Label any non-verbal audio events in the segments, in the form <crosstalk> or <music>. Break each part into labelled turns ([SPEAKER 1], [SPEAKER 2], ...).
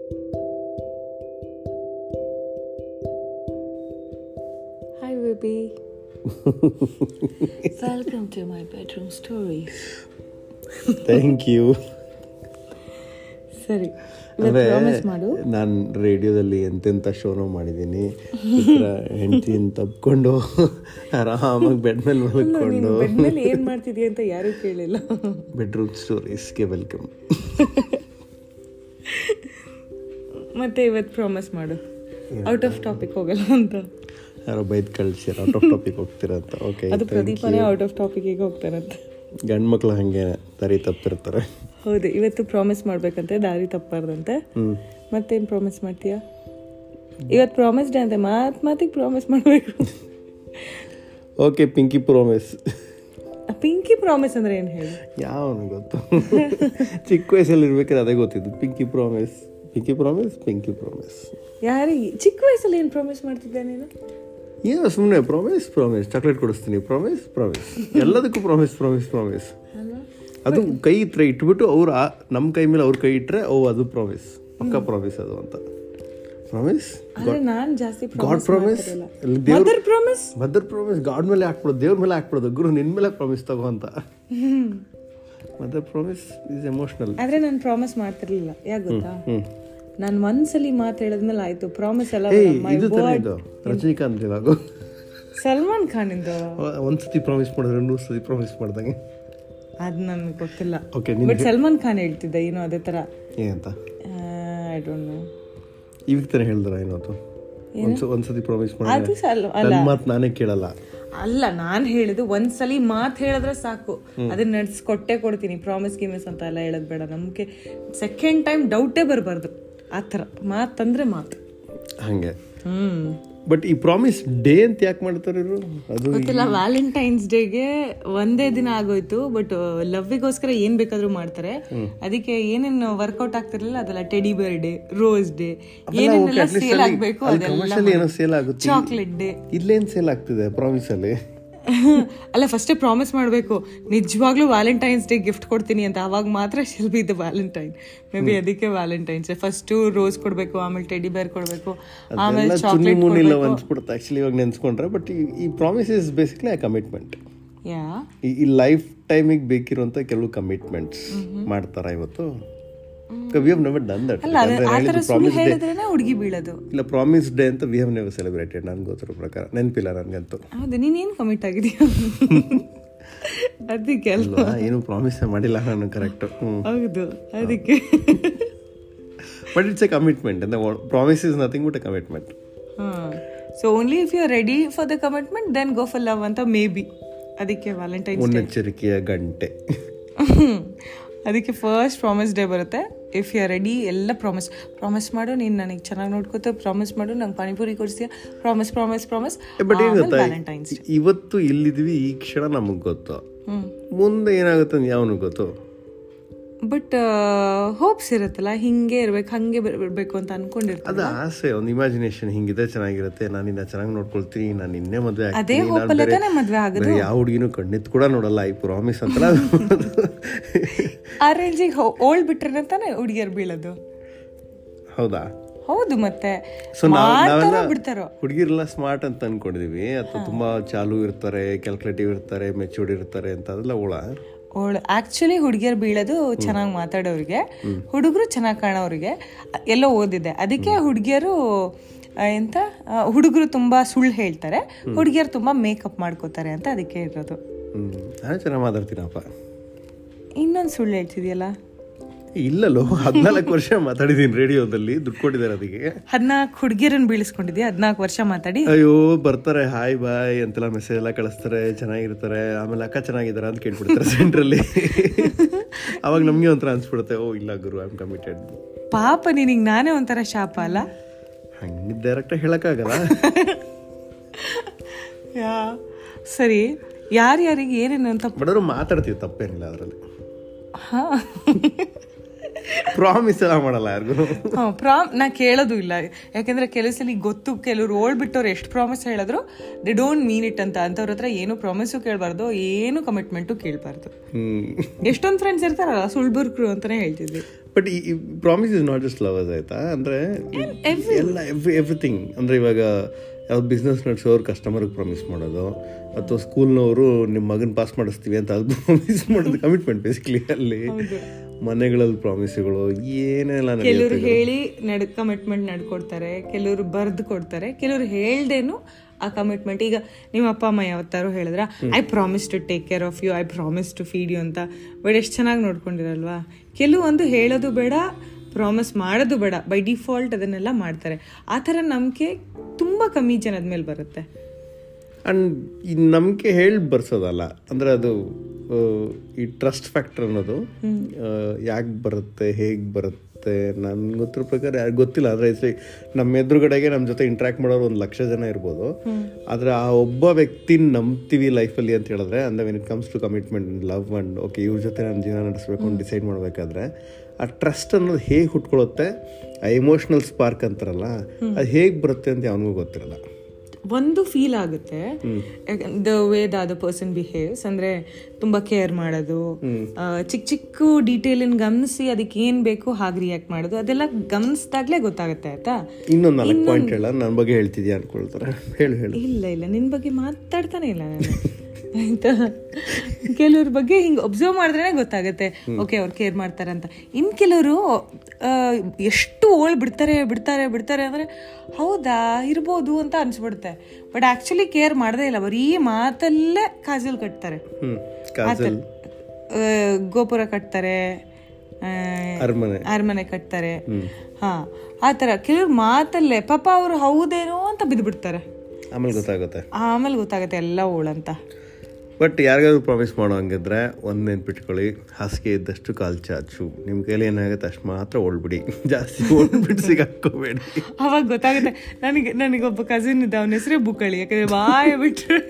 [SPEAKER 1] <laughs> baby. Welcome to my bedroom stories.
[SPEAKER 2] Thank you
[SPEAKER 1] ಸರಿ promise ಮಾಡು
[SPEAKER 2] ನಾನು ರೇಡಿಯೋದಲ್ಲಿ ಎಂತೆಂಥ ಶೋನೂ ಮಾಡಿದ್ದೀನಿ ಹೆಂಡತಿನ ತಪ್ಕೊಂಡು ಆರಾಮಾಗಿ ಬೆಡ್ ಮೇಲೆ ಮಲ್ಕೊಂಡು
[SPEAKER 1] ಬೆಡ್ ಮೇಲೆ ಏನ್ ಮಾಡ್ತಿದ್ಯಾ ಅಂತ ಯಾರೂ ಕೇಳಿಲ್ಲ
[SPEAKER 2] ಬೆಡ್ರೂಮ್ ಸ್ಟೋರೀಸ್ಗೆ ವೆಲ್ಕಮ್
[SPEAKER 1] ಮತ್ತೆ ಇವತ್ತು ಪ್ರಾಮಿಸ್ ಮಾಡು ಔಟ್ ಆಫ್ ಟಾಪಿಕ್ ಹೋಗಲ್ಲ ಅಂತ
[SPEAKER 2] ಯಾರೋ ಬೈದು ಕಳಿಸ್ಯಾರ ಔಟ್ ಆಫ್ ಟಾಪಿಕ್ ಹೋಗ್ತೀರ ಅಂತ ಓಕೆ
[SPEAKER 1] ಅದು ಪ್ರದೀಪನೇ ಔಟ್ ಆಫ್ ಟಾಪಿಕಿಗೆ ಹೋಗ್ತಾರಂತೆ
[SPEAKER 2] ಗಂಡು ಮಕ್ಳು ಹಾಗೆ ದಾರಿ ತಪ್ಪಿರ್ತಾರೆ
[SPEAKER 1] ಹೌದು ಇವತ್ತು ಪ್ರಾಮಿಸ್ ಮಾಡ್ಬೇಕಂತೆ ದಾರಿ ತಪ್ಪಾರ್ದಂತೆ ಮತ್ತೇನು ಪ್ರಾಮಿಸ್ ಮಾಡ್ತೀಯಾ ಇವತ್ತು ಪ್ರಾಮಿಸ್ ಡೇ ಅಂತೆ ಮಾತ್ ಮಾತಿಗೆ ಪ್ರಾಮಿಸ್ ಮಾಡಬೇಕು
[SPEAKER 2] okay pinky promise
[SPEAKER 1] pinky promise ಅಂದ್ರೆ ಏನು ಹೇಳಿ
[SPEAKER 2] ಯಾವನು ಗೊತ್ತು ಚಿಕ್ಕ ವಯಸ್ಸಲ್ಲಿ ಇರ್ಬೇಕಾದ್ರೆ ಅದೇ ಗೊತ್ತಿದ್ದು pinky promise pinky promise pinky promise
[SPEAKER 1] ಯಾರಿಗೆ ಚಿಕ್ಕ ವಯಸ್ಸಲ್ಲಿ ಏನು ಪ್ರಾಮಿಸ್ ಮಾಡ್ತಿದ್ದೆ ನೀನು
[SPEAKER 2] ಏನೋ ಸುಮ್ಮನೆ ಪ್ರಾಮಿಸ್ ಪ್ರಾಮಿಸ್ ಚಾಕ್ಲೇಟ್ ಕೊಡಿಸ್ತೀನಿ ಪ್ರಾಮಿಸ್ ಪ್ರಾಮಿಸ್ ಎಲ್ಲದಕ್ಕೂ ಪ್ರಾಮಿಸ್ ಪ್ರಾಮಿಸ್ ಪ್ರಾಮಿಸ್ ಅದು ಕೈ ಇಟ್ಟರೆ ಇಟ್ಬಿಟ್ಟು ಅವ್ರು ಆ ನಮ್ಮ ಕೈ ಮೇಲೆ ಅವ್ರ ಕೈ ಇಟ್ಟರೆ ಓ ಅದು ಪ್ರಾಮಿಸ್ ಪಕ್ಕ ಪ್ರಾಮಿಸ್ ಅದು ಅಂತ ಪ್ರಾಮಿಸ್
[SPEAKER 1] ಆದ್ರೆ ನಾನು ಜಾಸ್ತಿ
[SPEAKER 2] ಗಾಡ್ ಪ್ರಾಮಿಸ್ ದೇವ್ರ
[SPEAKER 1] mother promise
[SPEAKER 2] mother promise god ಮೇಲೆ ಹಾಕ್ಬಿಡೋದು ದೇವ್ರ ಮೇಲೆ ಹಾಕ್ಬಿಡೋದು ಗುರು ನಿನ್ನ ಮೇಲೆ ಪ್ರಾಮಿಸ್ ತಗೋ ಅಂತ ಮದರ್ ಪ್ರಾಮಿಸ್ ಈಸ್ ಎಮೋಷ್ನಲ್
[SPEAKER 1] ಆದ್ರೆ ನಾನು ಪ್ರಾಮಿಸ್ ಮಾಡ್ತಿರ್ಲಿಲ್ಲ ಯಾಕೆ ಗೊತ್ತಾ
[SPEAKER 2] ಹ್ಮ್.
[SPEAKER 1] ನಾನು ಒಂದ್ಸಲಿ ಮಾತು ಹೇಳಿದ್ಮೇಲೆ ಆಯ್ತು ಪ್ರಾಮಿಸ್ ಎಲ್ಲ
[SPEAKER 2] ಏಯ್
[SPEAKER 1] ಬರಲ್ಲ. Oh My
[SPEAKER 2] ಇದು ತಾನೇ
[SPEAKER 1] word.
[SPEAKER 2] ಇದು ರಜನಿಕಾಂತ್ ಇವಾಗ
[SPEAKER 1] ಸಲ್ಮಾನ್ ಖಾನ್ ಇಂದು
[SPEAKER 2] ಒಂದು ಸತಿ ಪ್ರಾಮಿಸ್ ಮಾಡಿದ್ರೆ ನೂರು ಸತಿ ಪ್ರಾಮಿಸ್ ಮಾಡ್ದಂಗೆ
[SPEAKER 1] ಅದು ನನಗೆ ಗೊತ್ತಿಲ್ಲ
[SPEAKER 2] ಓಕೆ
[SPEAKER 1] ಬಟ್ ಸಲ್ಮಾನ್ ಖಾನ್ ಹೇಳ್ತಿದ್ದ ಏನೋ ಅದೇ ತರ
[SPEAKER 2] ಏನಂತ
[SPEAKER 1] ಐ ಡೋಂಟ್ ನೋ
[SPEAKER 2] ಈಗ ತಾನೇ ಹೇಳಿದ್ರ ಏನಾದ್ರು ಒಂದ್ಸ ಒಂದ್ಸತಿ ಪ್ರಾಮಿಸ್ ಮಾಡಿ
[SPEAKER 1] ಅದು ಸಲ್
[SPEAKER 2] ನನ್ನ ಮಾತು ನಾನೇ ಕೇಳಲ್ಲ
[SPEAKER 1] ಅಲ್ಲ ನಾನು ಹೇಳಿದ್ದು ಒಂದ್ಸಲಿ ಮಾತು ಹೇಳಿದ್ರೆ ಸಾಕು ಅದನ್ನ ನಡ್ಸ್ ಕೊಟ್ಟೆ ಕೊಡ್ತೀನಿ ಪ್ರಾಮಿಸ್ ಗಿಮಿಸ್ ಅಂತ ಎಲ್ಲ ಹೇಳೋದು ಬೇಡ ನಮಗೆ ಸೆಕೆಂಡ್ ಟೈಮ್ ಡೌಟೇ ಬರಬಾರ್ದು ಆ ಥರ ಮಾತಂದ್ರೆ ಮಾತು
[SPEAKER 2] ಹಂಗೆ
[SPEAKER 1] ಹ್ಮ್
[SPEAKER 2] ಬಟ್ ಈ ಪ್ರಾಮಿಸ್ ಡೇ ಅಂತ ಯಾಕೆ ಮಾಡ್ತಾರೆ ಇವ್ರು ಅದು
[SPEAKER 1] ಗೊತ್ತಿಲ್ಲ ವ್ಯಾಲೆಂಟೈನ್ಸ್ ಡೇಗೆ ಒಂದೇ ದಿನ ಆಗೋಯ್ತು ಬಟ್ ಲವ್ಗೋಸ್ಕರ ಏನ್ ಬೇಕಾದ್ರೂ ಮಾಡ್ತಾರೆ ಅದಕ್ಕೆ ಏನೇನು ವರ್ಕೌಟ್ ಆಗ್ತಿರ್ಲಿಲ್ಲ ಅದೆಲ್ಲ teddy bear day rose day ಏನೇನೆಲ್ಲ ಸೇಲ್ ಆಗ್ಬೇಕು ಅದೆಲ್ಲ
[SPEAKER 2] ಕಮರ್ಷಿಯಲ್ ಏನೋ ಸೇಲ್ ಆಗುತ್ತೆ
[SPEAKER 1] ಚಾಕ್ಲೇಟ್ ಡೇ
[SPEAKER 2] ಇಲ್ಲೇನ್ ಸೇಲ್ ಆಗ್ತಿದೆ ಪ್ರಾಮಿಸ್ ಅಲ್ಲಿ
[SPEAKER 1] <laughs> ಅಲ್ಲ ಫಸ್ಟೇ ಪ್ರಾಮಿಸ್ ಮಾಡಬೇಕು ನಿಜವಾಗ್ಲೂ ವ್ಯಾಲೆಂಟೈನ್ಸ್ ಡೇ ಗಿಫ್ಟ್ ಕೊಡ್ತೀನಿ ಅಂತ ಅವಾಗ ಮಾತ್ರ shall be the Valentine maybe ಅದಕ್ಕೆ ವ್ಯಾಲೆಂಟೈನ್ಸ್ ಫಸ್ಟು ರೋಸ್ ಕೊಡಬೇಕು ಆಮೇಲೆ ಟೆಡಿ ಬೇರ್ ಕೊಡಬೇಕು ಆಮೇಲೆ
[SPEAKER 2] ಎಲ್ಲ ಚುನ್ನಿ
[SPEAKER 1] ಚಾಕ್ಲೇಟ್
[SPEAKER 2] ಮುನ್ನಿಲ್ಲ ಅನ್ಸ್ಬಿಡುತ್ತೆ ಆಕ್ಚುಲಿ ಇವಾಗ ನೆನ್ಸ್ಕೊಂಡ್ರೆ ಬಟ್ ಈ promise is basically commitment
[SPEAKER 1] yeah
[SPEAKER 2] ಈ ಲೈಫ್ ಟೈಮಿಗೆ ಬೇಕಿರುವಂತ ಕೆಲವು ಕಮಿಟ್ಮೆಂಟ್ಸ್ ಮಾಡ್ತಾರ ಇವತ್ತು we have never done that
[SPEAKER 1] ಅಲ್ಲ ಅದೇ- ಆ ಥರ ಸುಳ್ಳು ಹೇಳಿದ್ರೇನೆ ಹುಡುಗಿ ಬೀಳೋದು
[SPEAKER 2] ಇಲ್ಲ ಪ್ರಾಮಿಸ್ ಡೇ ಅಂತ ವಿ ಹ್ಯಾವ್ ನೆವರ್ ಸೆಲೆಬ್ರೇಟೆಡ್ ನನ್ಗೆ ಗೊತ್ತಿರೋ ಪ್ರಕಾರ ನೆನಪಿಲ್ಲ ನನಗಂತೂ
[SPEAKER 1] ಹೌದು ನೀನೇನು ಕಮಿಟ್ ಆಗಿದೀಯ ಅದಕ್ಕೆ ಅಲ್ಲ
[SPEAKER 2] ಅಲ್ವಾ ಏನು ಪ್ರಾಮಿಸ್ ಮಾಡಿಲ್ಲ ನಾನು ಕರೆಕ್ಟ್
[SPEAKER 1] ಹೌದು ಅದಕ್ಕೆ
[SPEAKER 2] ಬಟ್ ಇಟ್ಸ್ ಎ ಕಮಿಟ್ಮೆಂಟ್ ಅಂತ promise is nothing but a commitment
[SPEAKER 1] so only if you are ready for the commitment then go for love ಅಂತ ಮೇ ಬಿ ಅದಕ್ಕೆ ವ್ಯಾಲೆಂಟೈನ್ಸ್
[SPEAKER 2] ಮುನ್ನೆಚ್ಚರಿಕೆಯ ಗಂಟೆ
[SPEAKER 1] ಅದಕ್ಕೆ ಫಸ್ಟ್ ಪ್ರಾಮಿಸ್ ಡೇ ಬರುತ್ತೆ ಇಫ್ ಯು ಆರ್ ರೆಡಿ ಎಲ್ಲ promise promise ಮಾಡು ನೀನು ನನಗೆ ಚೆನ್ನಾಗಿ ನೋಡ್ಕೋತ ಪ್ರಾಮಿಸ್ ಮಾಡು ನಂಗೆ ಪಾನಿಪುರಿ ಕೊಡಿಸ್ತೀಯ ಪ್ರಾಮಿಸ್ ಪ್ರಾಮಿಸ್ ಪ್ರಾಮಿಸ್
[SPEAKER 2] ಬಟ್ ಏನ್ ಗೊತ್ತಾ
[SPEAKER 1] ವ್ಯಾಲೆಂಟೈನ್ಸ್
[SPEAKER 2] ಇವತ್ತು ಇಲ್ಲಿದ್ವಿ ಈ ಕ್ಷಣ ನಮಗೆ ಗೊತ್ತು
[SPEAKER 1] ಹ್ಞೂ
[SPEAKER 2] ಮುಂದೆ ಏನಾಗುತ್ತೆ ಅಂತ ಯಾವನು ಗೊತ್ತು
[SPEAKER 1] ಬಟ್ ಹೋಪ್ಸ್ ಇರುತ್ತಲ್ಲ ಹಿಂಗೆ ಇರ್ಬೇಕು ಹಂಗೆ ಬರಬೇಕು ಅಂತ ಅನ್ಕೊಂಡಿರ್ತಾರೆ
[SPEAKER 2] ಅದು ಆಸೆ ಒಂದು ಇಮ್ಯಾಜಿನೇಷನ್ ಹಿಂಗಿದೆ ಚೆನ್ನಾಗಿರುತ್ತೆ ನಾನು ಇನ್ನ ಚೆನ್ನಾಗಿ ನೋಡ್ಕೊಳ್ತೀನಿ ನಾನು ಇನ್ನೇ ಮದುವೆ
[SPEAKER 1] ಅದೇ
[SPEAKER 2] ಆಗ್ತೀನಿ ನಾನು
[SPEAKER 1] ಹೋಪಲ್ಲೇ
[SPEAKER 2] ಬೇರೆ
[SPEAKER 1] ತಾನೇ ಮದ್ವೆ ಆಗೋದು
[SPEAKER 2] ಬೇರೆ ಯಾವ ಹುಡುಗಿನೂ ಕಣ್ಣೆತ್ತು ಕೂಡ ನೋಡಲ್ಲ ಈ ಪ್ರಾಮಿಸ್ ಅಂತ
[SPEAKER 1] <laughs> ಆ ರೇಂಜಿಗೆ ಓಲ್ಡ್ ಬಿಟ್ರೆ ತಾನೇ ಹುಡುಗಿಯರು ಬೀಳೋದು
[SPEAKER 2] <laughs> ಹೌದಾ
[SPEAKER 1] ಹೌದು ಮತ್ತೆ
[SPEAKER 2] ಸೊ ನಾವು ನಾವೆಲ್ಲ
[SPEAKER 1] ಮಾಡ್ತಾರೋ ಬಿಡ್ತಾರೋ
[SPEAKER 2] ಹುಡುಗಿರೆಲ್ಲ ಸ್ಮಾರ್ಟ್ ಅಂತ ಅನ್ಕೊಂಡಿದೀವಿ ಅಥವಾ ತುಂಬಾ ಚಾಲು ಇರ್ತಾರೆ ಕ್ಯಾಲ್ಕುಲೇಟಿವ್ ಇರ್ತಾರೆ ಮೆಚೂರ್ಡ್ ಇರ್ತಾರೆ ಅಂತ ಅದೆಲ್ಲ ಒಳ
[SPEAKER 1] ಓಲ್ಡ್ ಆಕ್ಚುಲಿ ಹುಡುಗಿಯರು ಬೀಳೋದು ಚೆನ್ನಾಗಿ ಮಾತಾಡೋರಿಗೆ ಹುಡುಗರು ಚೆನ್ನಾಗಿ ಕಾಣೋರಿಗೆ ಎಲ್ಲೋ ಓದಿದೆ ಅದಕ್ಕೆ ಹುಡುಗಿಯರು ಎಂತ ಹುಡುಗರು ತುಂಬಾ ಸುಳ್ಳು ಹೇಳ್ತಾರೆ ಹುಡುಗಿಯರು ತುಂಬಾ ಮೇಕಪ್ ಮಾಡ್ಕೋತಾರೆ ಅಂತ ಅದಕ್ಕೆ ಇರೋದು
[SPEAKER 2] ಹ್ಮ್ ನಾನು ಚೆನ್ನಾಗಿ ಮಾತಾಡ್ತೀನಪ್ಪ
[SPEAKER 1] ಇನ್ನೊಂದು ಸುಳ್ಳು ಹೇಳ್ತಿದ್ಯಲ್ಲ
[SPEAKER 2] ಇಲ್ಲಲ್ಲೋ ಹದಿನಾಲ್ಕು ವರ್ಷ ಮಾತಾಡಿದೀನಿ ರೇಡಿಯೋದಲ್ಲಿ ದುಡ್ಡು ಕೊಟ್ಟಿದ್ದಾರೆ ಅದಕ್ಕೆ
[SPEAKER 1] ಹದಿನಾಲ್ಕು ಹುಡುಗಿಯರನ್ನ ಬೀಳಿಸ್ಕೊಂಡಿದ್ಯಾ ಹದಿನಾಲ್ಕು ವರ್ಷ ಮಾತಾಡಿ
[SPEAKER 2] ಅಯ್ಯೋ ಬರ್ತಾರೆ ಹಾಯ್ ಬಾಯ್ ಅಂತೆಲ್ಲ ಮೆಸೇಜ್ ಎಲ್ಲ ಕಳಿಸ್ತಾರೆ ಚೆನ್ನಾಗಿರ್ತಾರೆ ಆಮೇಲೆ ಅಕ್ಕ ಚೆನ್ನಾಗಿದ್ದಾರೆ ಅಂತ ಕೇಳ್ಬಿಡ್ತಾರೆ ಸೆಂಟ್ರಲ್ಲಿ ಅವಾಗ ನಮಗೆ ಒಂಥರ ಅನ್ಸ್ಬಿಡುತ್ತೆ ಓ ಇಲ್ಲ ಗುರು ಐ ಆಮ್ ಕಮಿಟೆಡ್
[SPEAKER 1] ಪಾಪ ನಿನಗೆ ನಾನೇ ಒಂಥರ ಶಾಪ ಅಲ್ಲ
[SPEAKER 2] ಹಂಗೆ ಡೈರೆಕ್ಟಾಗಿ ಹೇಳೋಕ್ಕಾಗಲ್ಲ
[SPEAKER 1] ಯಾ ಸರಿ ಯಾರ್ಯಾರಿಗೆ ಏನೇನು ಅಂತ
[SPEAKER 2] ಬಡವರು ಮಾತಾಡ್ತೀವಿ ತಪ್ಪೇನಿಲ್ಲ ಅದರಲ್ಲಿ
[SPEAKER 1] <laughs> ಹಾ
[SPEAKER 2] ಪ್ರಾಮಿಸ್ ಎಲ್ಲ ಮಾಡಲ್ಲ ಯಾರಿಗೂ
[SPEAKER 1] ಹಾ, ಪ್ರಾಮ್ ನಾ ಕೇಳೋದು ಇಲ್ಲ ಯಾಕೆಂದ್ರೆ ಕೆಲವು ಸಲ ಗೊತ್ತು ಕೆಲವ್ರು ಓಳ್ ಬಿಟ್ಟವ್ರು ಎಷ್ಟು ಪ್ರಾಮಿಸ್ ಹೇಳಿದ್ರು ದಿ ಡೋಂಟ್ ಮೀನ್ ಇಟ್ ಅಂತ ಅಂಥವ್ರ ಹತ್ರ ಏನು ಪ್ರಾಮಿಸು ಕೇಳಬಾರ್ದು ಏನು ಕಮಿಟ್ಮೆಂಟು ಕೇಳಬಾರ್ದು
[SPEAKER 2] ಹ್ಮ್
[SPEAKER 1] ಎಷ್ಟೊಂದು ಫ್ರೆಂಡ್ಸ್ ಇರ್ತಾರಲ್ಲ ಸುಳ್ಬುರ್ಕ್ರು ಅಂತಾನೆ ಹೇಳ್ತಿದ್ವಿ
[SPEAKER 2] ಬಟ್ ಈ promise is not just lovers ಆಯ್ತಾ ಅಂದ್ರೆ ಎಲ್ಲ ಎವ್ರಿಥಿಂಗ್ ಅಂದ್ರೆ ಇವಾಗ ಯಾವ್ದು ಬಿಸ್ನೆಸ್ ನಡೆಸೋರು ಕಸ್ಟಮರ್ಗೆ ಪ್ರಾಮಿಸ್ ಮಾಡೋದು ಅಥವಾ ಸ್ಕೂಲ್ನವರು ನಿಮ್ಮ ಮಗನ ಪಾಸ್ ಮಾಡಿಸ್ತೀವಿ ಅಂತ ಅದು ಪ್ರಾಮಿಸ್ ಮಾಡೋದು ಕಮಿಟ್ಮೆಂಟ್ ಬೇಸಿಕಲಿ ಅಲ್ಲಿ ಮನೆಗಳಲ್ಲಿ ಪ್ರಾಮಿಸ್ಗಳು ಏನೆಲ್ಲ ನಡೆಯುತ್ತೆ
[SPEAKER 1] ಕೆಲವರು ಹೇಳಿ ನಡ್ ಕಮಿಟ್ಮೆಂಟ್ ನಡ್ಕೊಡ್ತಾರೆ ಕೆಲವರು ಬರ್ದು ಕೊಡ್ತಾರೆ ಕೆಲವರು ಹೇಳ್ದೇನು ಆ ಕಮಿಟ್ಮೆಂಟ್ ಈಗ ನಿಮ್ಮ ಅಪ್ಪ ಅಮ್ಮ ಯಾವತ್ತಾರು ಹೇಳಿದ್ರ I promise to take care of you I promise to feed you ಅಂತ ಬಟ್ ಎಷ್ಟು ಚೆನ್ನಾಗಿ ನೋಡ್ಕೊಂಡಿರಲ್ವಾ ಕೆಲವೊಂದು ಹೇಳೋದು ಬೇಡ ಪ್ರಾಮಿಸ್ ಮಾಡೋದು ಬೇಡ ಬೈ ಡಿಫಾಲ್ಟ್ ಅದನ್ನೆಲ್ಲ ಮಾಡ್ತಾರೆ ಆ ಥರ ನಂಬಿಕೆ ತುಂಬ ಕಮ್ಮಿ ಜನದ ಮೇಲೆ ಬರುತ್ತೆ
[SPEAKER 2] ಅಂಡ್ ನಂಬಿಕೆ ಹೇಳಿ ಬರ್ಸೋದಲ್ಲ ಅಂದರೆ ಅದು ಆ, ಈ ಟ್ರಸ್ಟ್ ಫ್ಯಾಕ್ಟರ್ ಅನ್ನೋದು ಯಾಕೆ ಬರುತ್ತೆ ಹೇಗೆ ಬರುತ್ತೆ ನನ್ಗೆ ಗೊತ್ತಿರೋ ಪ್ರಕಾರ ಯಾರು ಗೊತ್ತಿಲ್ಲ ಅಂದರೆ ನಮ್ಮ ಎದುರುಗಡೆಗೆ ನಮ್ಮ ಜೊತೆ ಇಂಟ್ರಾಕ್ಟ್ ಮಾಡೋರು ಒಂದು ಲಕ್ಷ ಜನ ಇರ್ಬೋದು ಆದರೆ ಆ ಒಬ್ಬ ವ್ಯಕ್ತಿನ ನಂಬ್ತೀವಿ ಲೈಫಲ್ಲಿ ಅಂತ ಹೇಳಿದ್ರೆ ಅಂದರೆ when it comes to commitment love and okay ಇವ್ರ ಜೊತೆ ನಾನು ಜೀವನ ನಡೆಸಬೇಕು ಅಂತ ಡಿಸೈಡ್ ಮಾಡಬೇಕಾದ್ರೆ ಆ ಟ್ರಸ್ಟ್ ಅನ್ನೋದು ಹೇಗೆ ಹುಟ್ಕೊಳ್ಳುತ್ತೆ ಆ ಎಮೋಷ್ನಲ್ ಸ್ಪಾರ್ಕ್ ಅಂತಾರಲ್ಲ ಅದು ಹೇಗೆ ಬರುತ್ತೆ ಅಂತ ಅವನಿಗೂ ಗೊತ್ತಿರಲ್ಲ
[SPEAKER 1] ಒಂದು ಫೀಲ್ ಆಗುತ್ತೆ the way the other person behaves ಅಂದ್ರೆ ತುಂಬಾ ಕೇರ್ ಮಾಡೋದು ಆ, ಚಿಕ್ಕ ಚಿಕ್ಕ ಡೀಟೇಲ್ ಗಮನಿಸಿ ಅದಕ್ಕೆ ಏನ್ ಬೇಕು ಹಾಗೆ ರಿಯಾಕ್ಟ್ ಮಾಡೋದು ಅದೆಲ್ಲ ಗಮನಿಸಿದಾಗ್ಲೇ ಗೊತ್ತಾಗುತ್ತೆ ಆಯ್ತಾ
[SPEAKER 2] ಇನ್ನೊಂದು ನಾಲ್ಕು ಪಾಯಿಂಟ್ ಹೇಳ ನನ್ನ ಬಗ್ಗೆ ಹೇಳ್ತಿದ್ಯಾ ಅನ್ಕೊಳ್ತಾರೆ ಹೇಳು ಹೇಳು
[SPEAKER 1] ಇಲ್ಲ ಇಲ್ಲ ನಿನ್ ಬಗ್ಗೆ ಮಾತಾಡ್ತಾನೆ ಇಲ್ಲ ನಾನು ಆಯ್ತಾ ಕೆಲವ್ರ ಬಗ್ಗೆ ಹಿಂಗೆ ಒಬ್ಸರ್ವ್ ಮಾಡಿದ್ರೆ ಗೊತ್ತಾಗುತ್ತೆ ಓಕೆ ಅವ್ರು ಕೇರ್ ಮಾಡ್ತಾರೆ ಅಂತ ಇನ್ ಕೆಲವರು ಎಷ್ಟು ಓಳ್ ಬಿಡ್ತಾರೆ ಬಿಡ್ತಾರೆ ಬಿಡ್ತಾರೆ ಅಂದ್ರೆ ಹೌದಾ ಇರ್ಬೋದು ಅಂತ ಅನ್ಸ್ಬಿಡುತ್ತೆ ಬಟ್ ಆಕ್ಚುಲಿ ಕೇರ್ ಮಾಡದೇ ಇಲ್ಲ ಬರೀ ಮಾತಲ್ಲೇ ಕಾಜಲ್ ಕಟ್ತಾರೆ
[SPEAKER 2] ಹ್ಮ್ ಕಾಜಲ್
[SPEAKER 1] ಆ, ಗೋಪುರ ಕಟ್ತಾರೆ ಆ,
[SPEAKER 2] ಅರಮನೆ
[SPEAKER 1] ಅರಮನೆ ಕಟ್ತಾರೆ ಹಾ ಆ ಥರ ಕೆಲವ್ರು ಮಾತಲ್ಲೇ ಪಾಪ ಅವರು ಹೌದೇನೋ ಅಂತ ಬಿದ್ದುಬಿಡ್ತಾರೆ
[SPEAKER 2] ಆಮೇಲೆ ಗೊತ್ತಾಗುತ್ತೆ
[SPEAKER 1] ಆಮೇಲೆ ಗೊತ್ತಾಗುತ್ತೆ ಎಲ್ಲ ಓಳಂತ
[SPEAKER 2] ಬಟ್ ಯಾರಿಗಾದ್ರೂ ಪ್ರಾಮಿಸ್ ಮಾಡೋ ಹಂಗಿದ್ರೆ ಒಂದು ನೆನ್ಪಿಟ್ಕೊಳ್ಳಿ ಹಾಸಿಗೆ ಇದ್ದಷ್ಟು ಕಾಲು ಚಾಚು ನಿಮ್ಮ ಕೈಲಿ ಏನಾಗುತ್ತೆ ಅಷ್ಟು ಮಾತ್ರ ಓಡ್ಬಿಡಿ <laughs> ಜಾಸ್ತಿ ಓಡ್ಬಿಟ್ಟು ಸಿಗಾಕೋಬೇಡಿ
[SPEAKER 1] ಅವಾಗ ಗೊತ್ತಾಗುತ್ತೆ ನನಗೆ ನನಗೊಬ್ಬ ಕಸಿನ್ ಇದ್ದ ಅವನ ಹೆಸರೇ ಬುಕ್ಕಳಿ ಯಾಕಂದ್ರೆ ಬಾಯ ಬಿಟ್ರೆ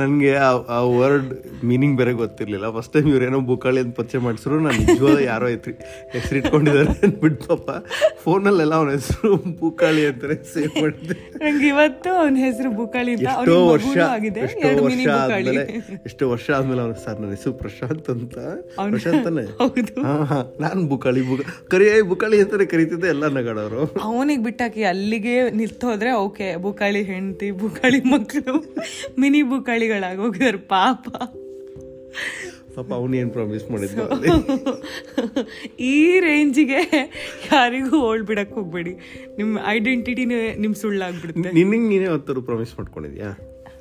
[SPEAKER 2] ನನಗೆ ಆ ವರ್ಡ್ ಮೀನಿಂಗ್ ಬೇರೆ ಗೊತ್ತಿರಲಿಲ್ಲ ಫಸ್ಟ್ ಟೈಮ್ ಇವ್ರೇನೋ ಬುಕ್ಕಳಿ ಅಂತ ಪರಿಚಯ ಮಾಡಿಸಿದ್ರು ನಾನು ನಿಜವಾದ ಯಾರೋ ಐತ್ರಿ ಹೆಸರು ಇಟ್ಕೊಂಡಿದ್ದಾರೆ ಅಂದ್ಬಿಟ್ಟು ಪಾಪ ಫೋನಲ್ಲೆಲ್ಲ ಅವನ ಹೆಸರು ಬುಕ್ಕಳಿ ಅಂತಾನೆ ಸೇವ್ ಮಾಡಿದ್ದೆ
[SPEAKER 1] ನಂಗೆ ಇವತ್ತು ಅವನ ಹೆಸರು ಬುಕ್ಕಳಿ ಅಂತ
[SPEAKER 2] ಎಷ್ಟೋ
[SPEAKER 1] ಅವ್ನಿಗೆ
[SPEAKER 2] ವರ್ಷ
[SPEAKER 1] ಮಗುನೂ ಆಗಿದೆ
[SPEAKER 2] ಎಷ್ಟೋ
[SPEAKER 1] ಎರಡು ಮಿನಿ
[SPEAKER 2] ವರ್ಷ
[SPEAKER 1] ಬುಕ್ಕಳಿ
[SPEAKER 2] ಆದ್ಮೇಲೆ ಎಷ್ಟೋ ವರ್ಷ ಆದ್ಮೇಲೆ ಅವ್ನು ಸರ್ ನನ್ನ ಹೆಸರು ಪ್ರಶಾಂತ್ ಅಂತ ಪ್ರಶಾಂತನೇ
[SPEAKER 1] ಹೌದು
[SPEAKER 2] ಹಾ ನಾನು ಬುಕಾಳಿ ಬುಕ ಕರಿಯ ಬುಕಾಳಿ ಅಂತಾನೆ ಕರಿತಿದ್ದೆ ಎಲ್ಲ ನಗಾಡೋರು
[SPEAKER 1] ಅವನಿಗೆ ಬಿಟ್ಟಾಕಿ ಅಲ್ಲಿಗೆ ನಿಲ್ತೋದ್ರೆ ಓಕೆ ಬುಕ್ಕಳಿ ಹೆಂಡತಿ ಬುಕ್ಕಳಿ ಮಕ್ಕಳು ಮಿನಿ ಬುಕ್ಕಳಿಗಳಾಗೋಗಿದ್ದಾರೆ ಪಾಪ
[SPEAKER 2] ಪಾಪ ಅವನು ಏನು ಪ್ರಾಮಿಸ್ ಮಾಡಿದ್ದು ಅಲ್ಲಿ.
[SPEAKER 1] ಈ ರೇಂಜಿಗೆ ಯಾರಿಗೂ ಓಲ್ಡ್ ಬಿಡಕ್ ಹೋಗ್ಬೇಡಿ ನಿಮ್ಮ ಐಡೆಂಟಿಟಿನೇ ನಿಮ್ ಸುಳ್ಳಾಗ್ಬಿಡುತ್ತೆ
[SPEAKER 2] ನಿನಗೆ ನೀನೇ ಯಾವತ್ತಾರು ಪ್ರಾಮಿಸ್ ಮಾಡ್ಕೊಂಡಿದ್ಯಾ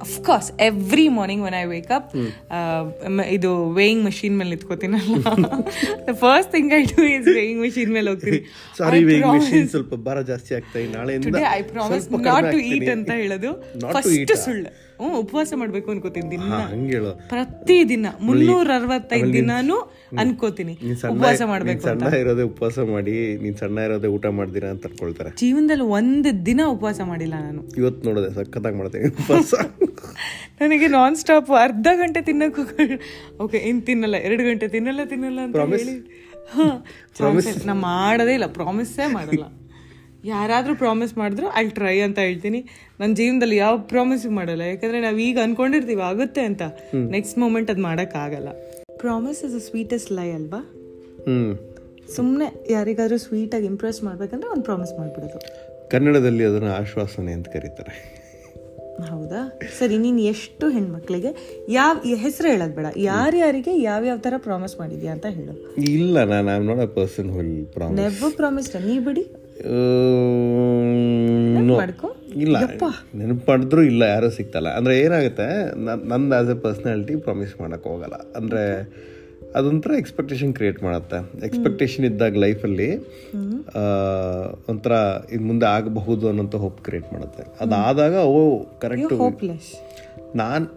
[SPEAKER 1] of course every morning when I wake up
[SPEAKER 2] Hmm.
[SPEAKER 1] uh, ಇದು ವೇಯಿಂಗ್ ಮಷೀನ್ ಮೇಲೆ ನಿಂತ್ಕೋತೀನಲ್ಲ first thing I do is weighing machine ಮೇಲೆ ಹೋಗ್ತೀನಿ
[SPEAKER 2] ಸಾರಿ ವೇಯಿಂಗ್ ಮೆಷಿನ್ ಸ್ವಲ್ಪ ಭಾರ ಜಾಸ್ತಿ ಆಗ್ತಾ ಇದೆ ನಾಳೆಯಿಂದ
[SPEAKER 1] ಟುಡೇ ಐ ಪ್ರಾಮಿಸ್
[SPEAKER 2] ಸ್ವಲ್ಪ
[SPEAKER 1] ನಾಟ್
[SPEAKER 2] ಕಡಿಮೆ
[SPEAKER 1] ಟು
[SPEAKER 2] ಆಗ್ತೀನಿ.
[SPEAKER 1] ಈಟ್ ಅಂತ ಹೇಳೋದು
[SPEAKER 2] Not to eat
[SPEAKER 1] ಫಸ್ಟ್
[SPEAKER 2] ಆ?
[SPEAKER 1] ಸುಳ್ಳು ಹ್ಞೂ ಉಪವಾಸ ಮಾಡ್ಬೇಕು ಅನ್ಕೋತೀನಿ ದಿನ
[SPEAKER 2] ಹಾ ಹಂಗೆ ಹೇಳು
[SPEAKER 1] ಪ್ರತಿ ದಿನ ಮುನ್ನೂರ ಅರವತ್ತೈದು ದಿನಾನು ಅನ್ಕೋತೀನಿ
[SPEAKER 2] ನೀನ್ ಸಣ್ಣ
[SPEAKER 1] ಉಪವಾಸ
[SPEAKER 2] ನೀನ್
[SPEAKER 1] ಮಾಡ್ಬೇಕು ಅಂತ
[SPEAKER 2] ಸಣ್ಣ ಇರೋದೇ ಉಪವಾಸ ಮಾಡಿ ನೀನ್ ಸಣ್ಣ ಇರೋದೇ ಊಟ ಮಾಡ್ದಿರಾ ಅಂತ ಅನ್ಕೊಳ್ತಾರೆ
[SPEAKER 1] ಜೀವನದಲ್ಲಿ ಒಂದು ದಿನ ಉಪವಾಸ ಮಾಡಿಲ್ಲ ನಾನು
[SPEAKER 2] ಇವತ್ತು ನೋಡಿದೆ ಸಖತ್ತಾಗಿ ಮಾಡ್ತೀನಿ ಉಪವಾಸ
[SPEAKER 1] ನನಗೆ ನಾನ್ ಸ್ಟಾಪ್ ಅರ್ಧ ಗಂಟೆ ತಿನ್ನಕ್ಕೂ ಓಕೆ ಇನ್ ತಿನ್ನಲ್ಲ ಎರಡು ಗಂಟೆ ತಿನ್ನಲ್ಲ ತಿನ್ನಲ್ಲ ಅಂತ ಹೇಳಿ ಹಾ, chances ನಾ ಮಾಡೋದೇ ಇಲ್ಲ ಪ್ರಾಮಿಸ್ಸೇ ಮಾಡಲ್ಲ ಯಾರಾದರೂ ಪ್ರಾಮಿಸ್ ಮಾಡಿದ್ರು ಐ ಟ್ರೈ ಅಂತ ಹೇಳ್ತೀನಿ ನನ್ನ ಜೀವನದಲ್ಲಿ ಯಾವ ಪ್ರಾಮಿಸ್ ಮಾಡಲ್ಲ ಯಾಕಂದ್ರೆ ನಾವು ಈಗ ಅನ್ಕೊಂಡಿರ್ತೀವಿ ಆಗುತ್ತೆ ಅಂತ ನೆಕ್ಸ್ಟ್ ಮೂಮೆಂಟ್ ಅದು ಮಾಡೋಕ್ಕಾಗಲ್ಲ promise is a sweetest lie ಅಲ್ವಾ
[SPEAKER 2] ಹ್ಮ್
[SPEAKER 1] ಸುಮ್ಮನೆ ಯಾರಿಗಾದ್ರೂ ಸ್ವೀಟಾಗಿ ಇಂಪ್ರೆಸ್ ಮಾಡ್ಬೇಕಂದ್ರೆ ಒಂದು ಪ್ರಾಮಿಸ್ ಮಾಡಿಬಿಡೋದು
[SPEAKER 2] ಕನ್ನಡದಲ್ಲಿ ಅದನ್ನು ಆಶ್ವಾಸನೆ ಅಂತ ಕರೀತಾರೆ
[SPEAKER 1] ಹೌದಾ ಸರಿ ನೀನು ಎಷ್ಟು ಹೆಣ್ಮಕ್ಳಿಗೆ ಯಾವ ಹೆಸರು ಹೇಳೋದು ಬೇಡ ಯಾರ್ಯಾರಿಗೆ ಯಾವ್ಯಾವ ಥರ ಪ್ರಾಮಿಸ್ ಮಾಡಿದ್ಯಾ ಅಂತ ಹೇಳು
[SPEAKER 2] ಇಲ್ಲ ನಾನು I not a person who'll promise
[SPEAKER 1] never promise ನೀ ಬಿಡಿ ಮಾಡ್ಕೊ
[SPEAKER 2] Uh, ಇಲ್ಲ ನೆನಪು ಮಾಡಿದ್ರು ಇಲ್ಲ ಯಾರೂ ಸಿಗ್ತಲ್ಲ ಅಂದರೆ ಏನಾಗುತ್ತೆ ನನ್- ನಂದು ಆಸ್ ಎ ಪರ್ಸ್ನಾಲಿಟಿ ಪ್ರಾಮಿಸ್ ಮಾಡೋಕ್ಕೆ ಹೋಗಲ್ಲ ಅಂದರೆ ಅದೊಂಥರ ಎಕ್ಸ್ಪೆಕ್ಟೇಷನ್ ಕ್ರಿಯೇಟ್ ಮಾಡುತ್ತೆ ಎಕ್ಸ್ಪೆಕ್ಟೇಷನ್ ಇದ್ದಾಗ ಲೈಫಲ್ಲಿ ಒಂಥರ ಇದು ಮುಂದೆ ಆಗಬಹುದು ಅನ್ನೋಂಥ ಹೋಪ್ ಕ್ರಿಯೇಟ್ ಮಾಡುತ್ತೆ ಅದಾದಾಗ ಅವು ಕರೆಕ್ಟ್
[SPEAKER 1] ಹೋಪ್ಲೆಸ್
[SPEAKER 2] ನಾನು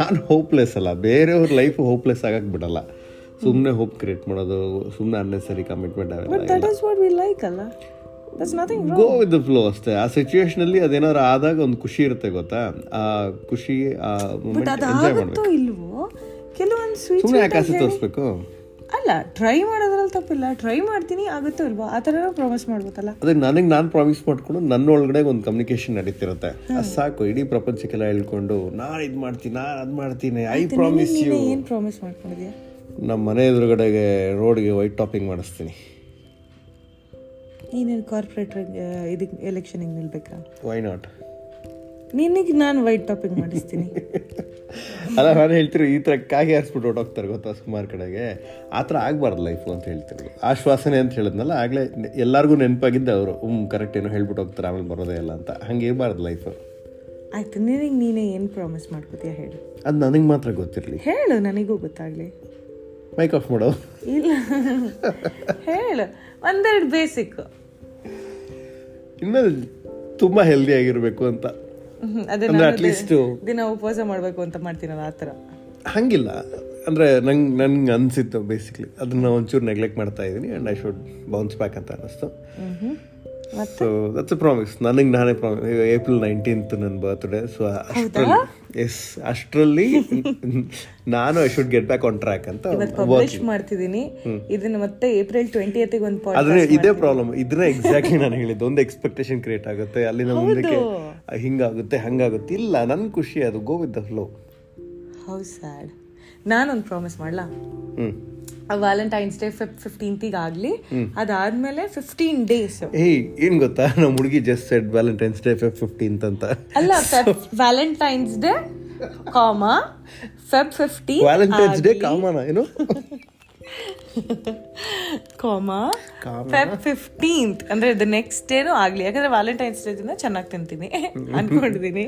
[SPEAKER 2] ನಾನು ಹೋಪ್ಲೆಸ್ ಅಲ್ಲ ಬೇರೆಯವ್ರ ಲೈಫ್ ಹೋಪ್ಲೆಸ್ ಆಗಕ್ಕೆ ಬಿಡಲ್ಲ ಸುಮ್ಮನೆ ಹೋಪ್ ಕ್ರಿಯೇಟ್ ಮಾಡೋದು ಸುಮ್ಮನೆ ಅನ್ನೆಸರಿ ಕಮಿಟ್ಮೆಂಟ್ ಆಗಲ್ಲ
[SPEAKER 1] that is what we like ಅಲ್ಲ that's nothing
[SPEAKER 2] go with the flow ಅಷ್ಟೇ ಆ ಸಿಚುವೇಶನಲ್ಲಿ ಅದೇನಾದ್ರು ಆದಾಗ ಒಂದು ಖುಷಿ ಇರುತ್ತೆ ಗೊತ್ತಾ ಆ ಖುಷಿ ಆ
[SPEAKER 1] ಬಟ್
[SPEAKER 2] ಮೂಮೆಂಟ್ ಎಂಜಾಯ್ ಮಾಡಬೇಕು
[SPEAKER 1] ಅದಾಗುತ್ತೋ ಇಲ್ವೋ ಕೆಲವೊಂದು ಸ್ವೀಟ್
[SPEAKER 2] ಸುಮ್ಮನೆ ಯಾಕಾಸೆ ತೋರಿಸ್ಬೇಕು
[SPEAKER 1] ಅಲ್ಲ ಟ್ರೈ ಮಾಡೋದ್ರಲ್ಲಿ ತಪ್ಪಿಲ್ಲ ಟ್ರೈ ಮಾಡ್ತೀನಿ ಆಗುತ್ತೋ ಇಲ್ವೋ ಆ ಥರ ಪ್ರಾಮಿಸ್ ಮಾಡ್ಬೋದಲ್ಲ
[SPEAKER 2] ಅದೇ ನನಗೆ ನಾನು ಪ್ರಾಮಿಸ್ ಮಾಡ್ಕೊಂಡು ನನ್ನ ಒಳಗಡೆ ಒಂದು ಕಮ್ಯುನಿಕೇಶನ್ ನಡೀತಿರುತ್ತೆ ಅದು ಸಾಕು ಇಡೀ ಪ್ರಪಂಚಕ್ಕೆಲ್ಲ ಹೇಳ್ಕೊಂಡು ನಾನು ಇದು ಮಾಡ್ತೀನಿ ನಾನು ಅದು ಮಾಡ್ತೀನಿ ಐ ಪ್ರಾಮಿಸ್ ಯು
[SPEAKER 1] ಏನು ಪ್ರಾಮಿಸ್ ಮಾಡ್ಕೊಂಡಿದ್ಯಾ
[SPEAKER 2] ನಮ್ಮ ಮನೆ ಎದುರುಗಡೆಗೆ ರೋಡ್ಗೆ ವೈಟ್ ಟಾಪಿಂಗ್ ಮಾಡಿಸ್ತೀನಿ
[SPEAKER 1] ನೀನೇನು ಕಾರ್ಪೊರೇಟ್ ಇದಕ್ಕೆ ಎಲೆಕ್ಷನ್ ಹಿಂಗೆ ನಿಲ್ಬೇಕಾ
[SPEAKER 2] ವೈ ನಾಟ್
[SPEAKER 1] ನಿನಗೆ ನಾನು ವೈಟ್ ಟಾಪಿಂಗ್ ಮಾಡಿಸ್ತೀನಿ
[SPEAKER 2] ಅಲ್ಲ ನಾನು ಹೇಳ್ತಿರೋ ಈ ಥರ ಕಾಗೆ ಹಾರಿಸ್ಬಿಟ್ಟು ಹೊರಟೋಗ್ತಾರೆ ಗೊತ್ತಾ ಸುಮಾರು ಕಡೆಗೆ ಆ ಥರ ಆಗಬಾರ್ದು ಲೈಫು ಅಂತ ಹೇಳ್ತಿದ್ರು ಆಶ್ವಾಸನೆ ಅಂತ ಹೇಳಿದ್ನಲ್ಲ ಆಗಲೇ ಎಲ್ಲರಿಗೂ ನೆನಪಾಗಿದ್ದ ಅವರು ಹ್ಞೂ ಕರೆಕ್ಟ್ ಏನೋ ಹೇಳ್ಬಿಟ್ಟು ಹೋಗ್ತಾರೆ ಆಮೇಲೆ ಬರೋದೇ ಇಲ್ಲ ಅಂತ ಹಂಗೆ ಇರಬಾರ್ದು ಲೈಫು
[SPEAKER 1] ಆಯ್ತು ನಿನಗೆ ನೀನೇ ಏನು ಪ್ರಾಮಿಸ್ ಮಾಡ್ಕೋತೀಯ ಹೇಳು
[SPEAKER 2] ಅದು ನನಗೆ ಮಾತ್ರ ಗೊತ್ತಿರಲಿ
[SPEAKER 1] ಹೇಳು ನನಗೂ ಗೊತ್ತಾಗಲಿ
[SPEAKER 2] ಮೈಕ್ ಆಫ್ ಮಾಡೋ
[SPEAKER 1] ಇಲ್ಲ ಹೇಳು ಒಂದೆರಡು ಬೇಸಿಕ್
[SPEAKER 2] ಇನ್ನೂ ತುಂಬ ಹೆಲ್ದಿಯಾಗಿರಬೇಕು ಅಂತ
[SPEAKER 1] ಅದೇ
[SPEAKER 2] ಅಂದರೆ
[SPEAKER 1] ನಾನು
[SPEAKER 2] ಅಟ್ಲೀಸ್ಟ್
[SPEAKER 1] ದಿನ ಉಪವಾಸ ಮಾಡಬೇಕು ಅಂತ ಮಾಡ್ತೀನಲ್ಲ ಆ ಥರ
[SPEAKER 2] ಹಂಗಿಲ್ಲ ಅಂದರೆ ನಂಗೆ ನನಗೆ ಅನಿಸಿತ್ತು ಬೇಸಿಕ್ಲಿ ಅದನ್ನು ಒಂಚೂರು ನೆಗ್ಲೆಕ್ಟ್ ಮಾಡ್ತಾ ಇದ್ದೀನಿ and I should bounce back ಅಂತ ಅನ್ನಿಸ್ತು ಸೊ ದಟ್ಸ್ ಅ ಪ್ರಾಮಿಸ್ ನನಗೆ ನಾನೇ ಪ್ರಾಮಿಸ್ ಏಪ್ರಿಲ್ ನೈನ್ಟೀನ್ತ್ ನನ್ನ ಬರ್ತ್ಡೇ ಸೊ ಅಷ್ಟರಲ್ಲಿ ಎಸ್ ಅಷ್ಟರಲ್ಲಿ <laughs> ನಾನು I should get back on track ಅಂತ
[SPEAKER 1] ಪಬ್ಲಿಷ್ ಮಾಡ್ತಿದ್ದೀನಿ ಇದನ್ನ ಮತ್ತೆ ಏಪ್ರಿಲ್ ಟ್ವೆಂಟಿ ಏತಿಗೆ ಒಂದು ಪಾಯಿಂಟ್
[SPEAKER 2] ಆದರೆ ಇದೇ ಪ್ರಾಬ್ಲಮ್ ಇದನ್ನೇ ಎಕ್ಸಾಕ್ಟ್ಲಿ ನಾನು ಹೇಳಿದ್ದು ಒಂದು ಎಕ್ಸ್ಪೆಕ್ಟೇಷನ್ ಕ್ರಿಯೇಟ್ ಆಗುತ್ತೆ ಅಲ್ಲಿನ ಮುಂದಕ್ಕೆ ಹಿಂಗಾಗುತ್ತೆ ಹಂಗಾಗುತ್ತೆ ಇಲ್ಲ ನನ್ನ ಖುಷಿ ಅದು go with the flow
[SPEAKER 1] how sad ನಾನೊಂದು ಪ್ರಾಮಿಸ್ ಮಾಡ್ಲಾ
[SPEAKER 2] ಹ್ಞೂ
[SPEAKER 1] ವ್ಯಾಲೆಂಟೈನ್ಸ್ ಡೇ ಫಿಫ್ಟೀನ್ತಿಗೆ ಆಗಲಿ ಅದಾದ್ಮೇಲೆ ಫಿಫ್ಟೀನ್ ಡೇಸ್
[SPEAKER 2] ಏಯ್ ಏನ್ ಗೊತ್ತಾ ನಮ್ಮ ಹುಡುಗಿ just set Valentine's day Feb fifteenth ಅಂತ
[SPEAKER 1] ಅಲ್ಲ ವ್ಯಾಲೆಂಟೈನ್ಸ್ ಡೇ ಕಾಮ ಫೆಬ್ ಫಿಫ್ಟೀನ್
[SPEAKER 2] ವ್ಯಾಲೆಂಟೈನ್ಸ್ ಡೇ ಕಾಮನ ಏನು <laughs>
[SPEAKER 1] <laughs> ಕಾಮ ಫೆಬ್ ಫಿಫ್ಟೀನ್ತ್ ಅಂದ್ರೆ ದ ನೆಕ್ಸ್ಟ್ ಡೇನು ಆಗಲಿ ಯಾಕಂದ್ರೆ ವ್ಯಾಲೆಂಟೈನ್ಸ್ ಡೇ ದಿನ ಚೆನ್ನಾಗಿ ತಿಂತೀನಿ ಅನ್ಕೊಂಡಿದ್ದೀನಿ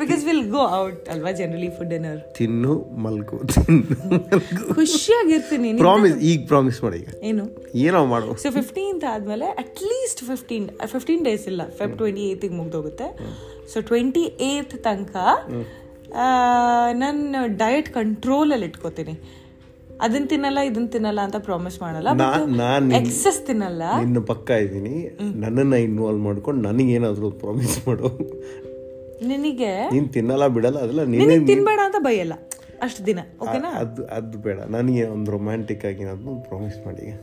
[SPEAKER 1] ಬಿಕಾಸ್ ವಿಲ್ ಗೋ ಔಟ್ ಅಲ್ವಾ ಜನರಲಿ ಫುಡ್ ಡಿನ್ನರ್
[SPEAKER 2] ತಿನ್ನು ಮಲ್ಕು ತಿನ್ನು ಮಲ್ಕು
[SPEAKER 1] ಖುಷಿಯಾಗಿರ್ತೀನಿ ನೀನು.
[SPEAKER 2] ಪ್ರಾಮಿಸ್ ಈಗ ಪ್ರಾಮಿಸ್ ಮಾಡಿ ಈಗ
[SPEAKER 1] ಏನು
[SPEAKER 2] ಏನೋ ಮಾಡು
[SPEAKER 1] ಸೊ ಫಿಫ್ಟೀನ್ತ್ ಆದಮೇಲೆ ಅಟ್ಲೀಸ್ಟ್ ಫಿಫ್ಟೀನ್ ಫಿಫ್ಟೀನ್ ಡೇಸ್ ಇಲ್ಲ ಫೆಬ್ ಟ್ವೆಂಟಿ ಏಯ್ತಿಗೆ ಮುಗ್ದೋಗುತ್ತೆ ಸೊ ಟ್ವೆಂಟಿ ಏಯ್ತ್ ತನಕ ಆ, ನನ್ನ ಡಯಟ್ ಕಂಟ್ರೋಲಲ್ಲಿ ಇಟ್ಕೋತೀನಿ ಅದನ್ನ ತಿನ್ನಲ್ಲ ಇದನ್ನ ತಿನ್ನಲ್ಲ ಅಂತ ಪ್ರಾಮಿಸ್ ಮಾಡಲ್ಲ
[SPEAKER 2] ನಾನ್- ನಾನ್ ನಿನ್-
[SPEAKER 1] ಎಕ್ಸಸ್ ತಿನ್ನಲ್ಲ
[SPEAKER 2] ನಿನ್ನ ಪಕ್ಕ ಇದ್ದೀನಿ ನನ್ನನ್ನ ಇನ್ವಾಲ್ವ್ ಮಾಡ್ಕೊಂಡು ನನಗೇನಾದ್ರೂ ಪ್ರಾಮಿಸ್ ಮಾಡು
[SPEAKER 1] ನಿನಗೆ
[SPEAKER 2] ನೀನ್ ತಿನ್ನಲ್ಲ ಬಿಡಲ್ಲ ಅದೆಲ್ಲ ನೀನೇ
[SPEAKER 1] ನಿನಗೆ ತಿನ್ಬೇಡ ಅಂತ ಬೈಯಲ್ಲ ಅಷ್ಟು ದಿನ ಓಕೆನಾ
[SPEAKER 2] ಅದು ಅದು ಬೇಡ ನನಗೆ ಒಂದು ರೊಮ್ಯಾಂಟಿಕ್ ಆಗಿ ಏನಾದ್ರು ಪ್ರಾಮಿಸ್ ಮಾಡಿ ಈಗ.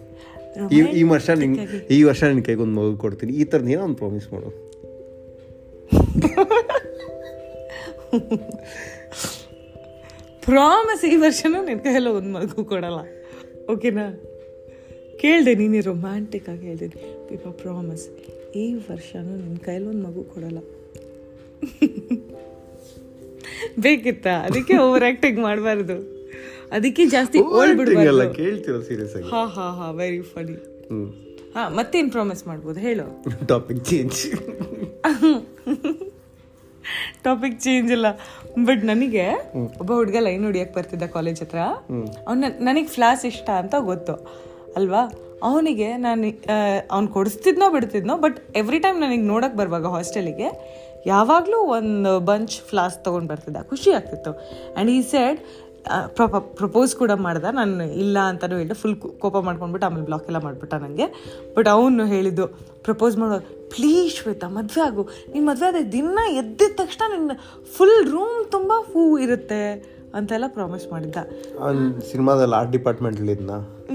[SPEAKER 2] ಈ ಈ ವರ್ಷ ನಿಂಗೆ ಈ ವರ್ಷ ನಿನ್ನ ಕೈಗೊಂದು ಮಗು ಕೊಡ್ತೀನಿ ಈ ಥರದ್ದು ಏನೋ ಒಂದು ಪ್ರಾಮಿಸ್ ಮಾಡು
[SPEAKER 1] ಪ್ರಾಮಿಸ್ ಈ ವರ್ಷನೂ ನಿನ್ನ ಕೈಯಲ್ಲಿ ಒಂದು ಮಗು ಕೊಡಲ್ಲ ಓಕೆನಾ ಕೇಳಿದೆ ನೀನು ರೊಮ್ಯಾಂಟಿಕ್ ಆಗಿ ಹೇಳಿದೆ ಪೀಪ ಪ್ರಾಮಿಸ್ ಈ ವರ್ಷನೂ ನಿನ್ನ ಕೈಯಲ್ಲಿ ಒಂದು ಮಗು ಕೊಡಲ್ಲ ಬೇಕಿತ್ತಾ ಅದಕ್ಕೆ ಓವರ್ ಆ್ಯಕ್ಟಿಂಗ್ ಮಾಡಬಾರ್ದು ಅದಕ್ಕೆ ಜಾಸ್ತಿ ಓಲ್ಡ್
[SPEAKER 2] Acting ಅಲ್ಲ ಕೇಳ್ತಿರೋ ಸೀರಿಯಸ್ ಆಗಿ
[SPEAKER 1] ಹಾ ಹಾ ಹಾ ವೆರಿ ಫನಿ
[SPEAKER 2] ಹ್ಞೂ
[SPEAKER 1] ಹಾ ಮತ್ತೇನು ಪ್ರಾಮಿಸ್ ಮಾಡ್ಬೋದು ಹೇಳು
[SPEAKER 2] ಟಾಪಿಕ್ ಚೇಂಜ್
[SPEAKER 1] ಟಾಪಿಕ್ ಚೇಂಜ್ ಇಲ್ಲ ಬಟ್ ನನಗೆ ಒಬ್ಬ ಹುಡುಗ ಲೈನ್ ಹೊಡಿಯಕ್ಕೆ ಬರ್ತಿದ್ದ ಕಾಲೇಜ್ ಹತ್ರ ಅವ್ನ ನನಗೆ ಫ್ಲಾಸ್ ಇಷ್ಟ ಅಂತ ಗೊತ್ತು ಅಲ್ವಾ ಅವನಿಗೆ ನಾನು ಅವ್ನು ಕೊಡಿಸ್ತಿದ್ನೋ ಬಿಡ್ತಿದ್ನೋ ಬಟ್ ಎವ್ರಿ ಟೈಮ್ ನನಗೆ ನೋಡಕ್ಕೆ ಬರುವಾಗ ಹಾಸ್ಟೆಲಿಗೆ ಯಾವಾಗಲೂ ಒಂದು ಬಂಚ್ ಫ್ಲಾಸ್ ತೊಗೊಂಡು ಬರ್ತಿದ್ದ ಖುಷಿ ಆಗ್ತಿತ್ತು ಆ್ಯಂಡ್ ಈ ಸೈಡ್ ಪ್ರಪೋಸ್ ಕೂಡ ಮಾಡ್ದ ನಾನು ಇಲ್ಲ ಅಂತಲೂ ಹೇಳಿದೆ ಫುಲ್ ಕೋಪ ಮಾಡ್ಕೊಂಡ್ಬಿಟ್ಟು ಆಮೇಲೆ ಬ್ಲಾಕ್ ಎಲ್ಲ ಮಾಡಿಬಿಟ್ಟ ನನಗೆ ಬಟ್ ಅವನು ಹೇಳಿದ್ದು ಪ್ರಪೋಸ್ ಮಾಡೋ ಪ್ಲೀಸ್ ಶ್ವೇತಾ ಮದುವೆ ಆಗು ನೀನು ಮದುವೆ ಆದ ದಿನ ಎದ್ದಿದ ತಕ್ಷಣ ನಿನ್ನ ಫುಲ್ ರೂಮ್ ತುಂಬ ಹೂ ಇರುತ್ತೆ ಅಂತೆಲ್ಲ ಪ್ರಾಮಿಸ್ ಮಾಡಿದ್ದ
[SPEAKER 2] ಅವ್ನು ಸಿನಿಮಾದಲ್ಲಿ ಆರ್ಟ್ ಡಿಪಾರ್ಟ್ಮೆಂಟಲ್ಲಿ ಇದ್ನ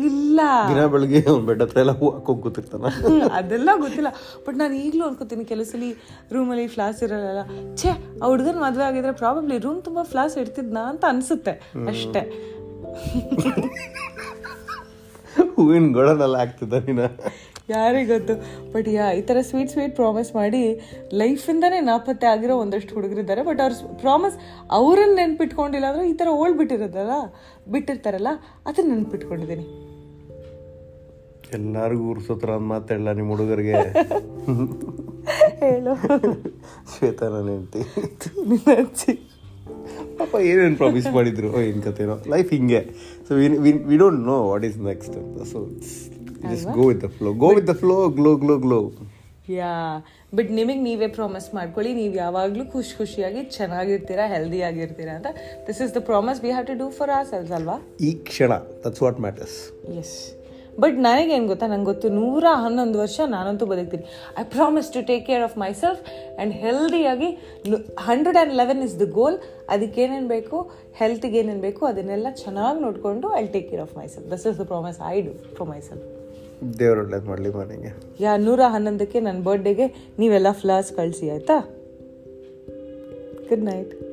[SPEAKER 1] ಇಲ್ಲ
[SPEAKER 2] ದಿನ ಬೆಳಗ್ಗೆ ಅವ್ನ ಬೆಡ್ ಹತ್ರ ಎಲ್ಲ ಹೂ ಹಾಕೋಕ್ ಕೂತಿರ್ತಾನ
[SPEAKER 1] ಹ್ಮ್, ಅದೆಲ್ಲ ಗೊತ್ತಿಲ್ಲ ಬಟ್ ನಾನು ಈಗಲೂ ಅನ್ಕೋತೀನಿ ಕೆಲವು ಸಲ ರೂಮಲ್ಲಿ ಫ್ಲಾಸ್ ಇರಲ್ಲ ಛೇ ಆ ಹುಡುಗನ ಮದುವೆ ಆಗಿದ್ರೆ ಪ್ರಾಬಬ್ಲಿ ರೂಮ್ ತುಂಬ ಫ್ಲಾಸ್ ಇಡ್ತಿದ್ನಾ ಅಂತ ಅನಿಸುತ್ತೆ ಅಷ್ಟೇ
[SPEAKER 2] ಹೂವಿನ ಗೊಳನೆಲ್ಲ ಹಾಕ್ತಿದ್ದ ನೀನು
[SPEAKER 1] ಯಾರಿಗೆ ಗೊತ್ತು ಬಟ್ ಯಾ ಈ ಥರ ಸ್ವೀಟ್ ಸ್ವೀಟ್ ಪ್ರಾಮಿಸ್ ಮಾಡಿ ಲೈಫಿಂದನೇ ನಾಪತ್ತೆ ಆಗಿರೋ ಒಂದಷ್ಟು ಹುಡುಗರಿದ್ದಾರೆ ಬಟ್ ಅವ್ರ ಪ್ರಾಮಿಸ್ ಅವ್ರನ್ನ ನೆನ್ಪಿಟ್ಕೊಂಡಿಲ್ಲ ಅಂದ್ರೆ ಈ ಥರ ಓಲ್ಡ್ ಬಿಟ್ಟಿರೋದಲ್ಲ ಬಿಟ್ಟಿರ್ತಾರಲ್ಲ ಅದನ್ನ ನೆನ್ಪಿಟ್ಕೊಂಡಿದ್ದೀನಿ
[SPEAKER 2] ಎಲ್ಲಾರ್ಗೂ ಉರ್ಸೋ ಥರ ಒಂದು ಮಾತಾಡಲ್ಲ ನಿಮ್ಮ ಹುಡುಗರಿಗೆ
[SPEAKER 1] ಹೇಳು
[SPEAKER 2] ಶ್ವೇತಾ ನನ್ನ ಹೆಂಡ್ತಿ
[SPEAKER 1] ನಿನ್ನ ಅಜ್ಜಿ.
[SPEAKER 2] ಪಾಪ ಏನೇನು ಪ್ರಾಮಿಸ್ ಮಾಡಿದ್ರು ಏನು ಕಥೆನೋ ಲೈಫ್ ಹಿಂಗೆ so we don't know what is next ಅಂತ so just go with the flow go with the flow glow glow glow
[SPEAKER 1] yeah but ನಿಮಗೆ ನೀವೇ ಪ್ರಾಮಿಸ್ ಮಾಡ್ಕೊಳ್ಳಿ ನೀವು ಯಾವಾಗಲೂ ಖುಷಿ ಖುಷಿಯಾಗಿ ಚೆನ್ನಾಗಿರ್ತೀರಾ ಹೆಲ್ದಿ ಆಗಿರ್ತೀರಾ ಅಂತ this is the promise we have to do for R cells ಅಲ್ವಾ
[SPEAKER 2] ಈ ಕ್ಷಣ that's what matters
[SPEAKER 1] yes but ನನಗೇನು ಗೊತ್ತಾ ನಂಗೆ ಗೊತ್ತು ನೂರ ಹನ್ನೊಂದು ವರ್ಷ ನಾನಂತೂ ಬದುಕ್ತೀನಿ I promise to take care of myself and ಹೆಲ್ದಿಯಾಗಿ hundred and eleven is the goal ಅದಕ್ಕೆ ಏನೇನು ಬೇಕು ಹೆಲ್ತಿಗೆ ಏನೇನು ಬೇಕು ಅದನ್ನೆಲ್ಲ ಚೆನ್ನಾಗಿ ನೋಡಿಕೊಂಡು I take care of myself Dus is the promise I do for my self
[SPEAKER 2] ದೇವ್ರ ಒಳ್ಳೇದು ಮಾಡಲಿ ಮನೆಗೆ
[SPEAKER 1] ಯಾ ನೂರ ಹನ್ನೊಂದಕ್ಕೆ ನನ್ನ ಬರ್ಡೇಗೆ ನೀವೆಲ್ಲ ಫ್ಲವರ್ಸ್ ಕಳಿಸಿ ಆಯಿತಾ ಗುಡ್ ನೈಟ್